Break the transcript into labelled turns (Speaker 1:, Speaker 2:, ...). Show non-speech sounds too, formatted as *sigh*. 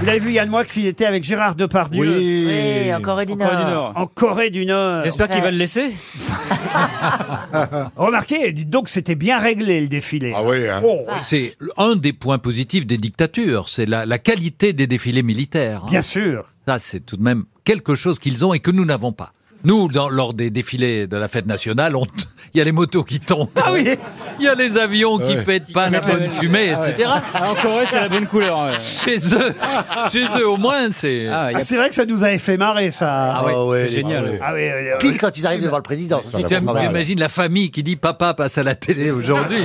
Speaker 1: Vous avez vu Yann Moix, il était avec Gérard Depardieu.
Speaker 2: Oui. Oui, en Corée du En Corée du Nord. Nord.
Speaker 1: En Corée du Nord.
Speaker 2: J'espère qu'il va le
Speaker 1: laisser. Remarquez, dites donc, c'était bien réglé le défilé. Ah oui,
Speaker 3: C'est un des points positifs des dictatures, c'est la, la qualité des défilés militaires. hein.
Speaker 1: Bien sûr.
Speaker 3: Ça, c'est tout de même quelque chose qu'ils ont et que nous n'avons pas. Nous, dans- lors des défilés de la fête nationale, on t- *laughs* il y a les motos qui tombent.
Speaker 1: Ah oui
Speaker 3: Il y a les avions qui
Speaker 4: Ouais.
Speaker 3: pètent pas la
Speaker 4: mettent la
Speaker 3: bonne
Speaker 4: bonne-
Speaker 3: fumée,
Speaker 4: Ah ouais.
Speaker 3: etc.
Speaker 4: Ah, en Corée, c'est la bonne couleur, ouais.
Speaker 3: Chez eux, chez eux au moins, c'est.
Speaker 1: Ah, c'est vrai que ça nous avait fait marrer, ça.
Speaker 3: Ah ouais, Ah ouais, c'est génial.
Speaker 1: Ah ouais, ouais, ouais.
Speaker 5: Pile quand ils arrivent devant le président. Ah ça, c'est pas mal.
Speaker 3: T'imagines la famille qui dit papa passe à la télé aujourd'hui.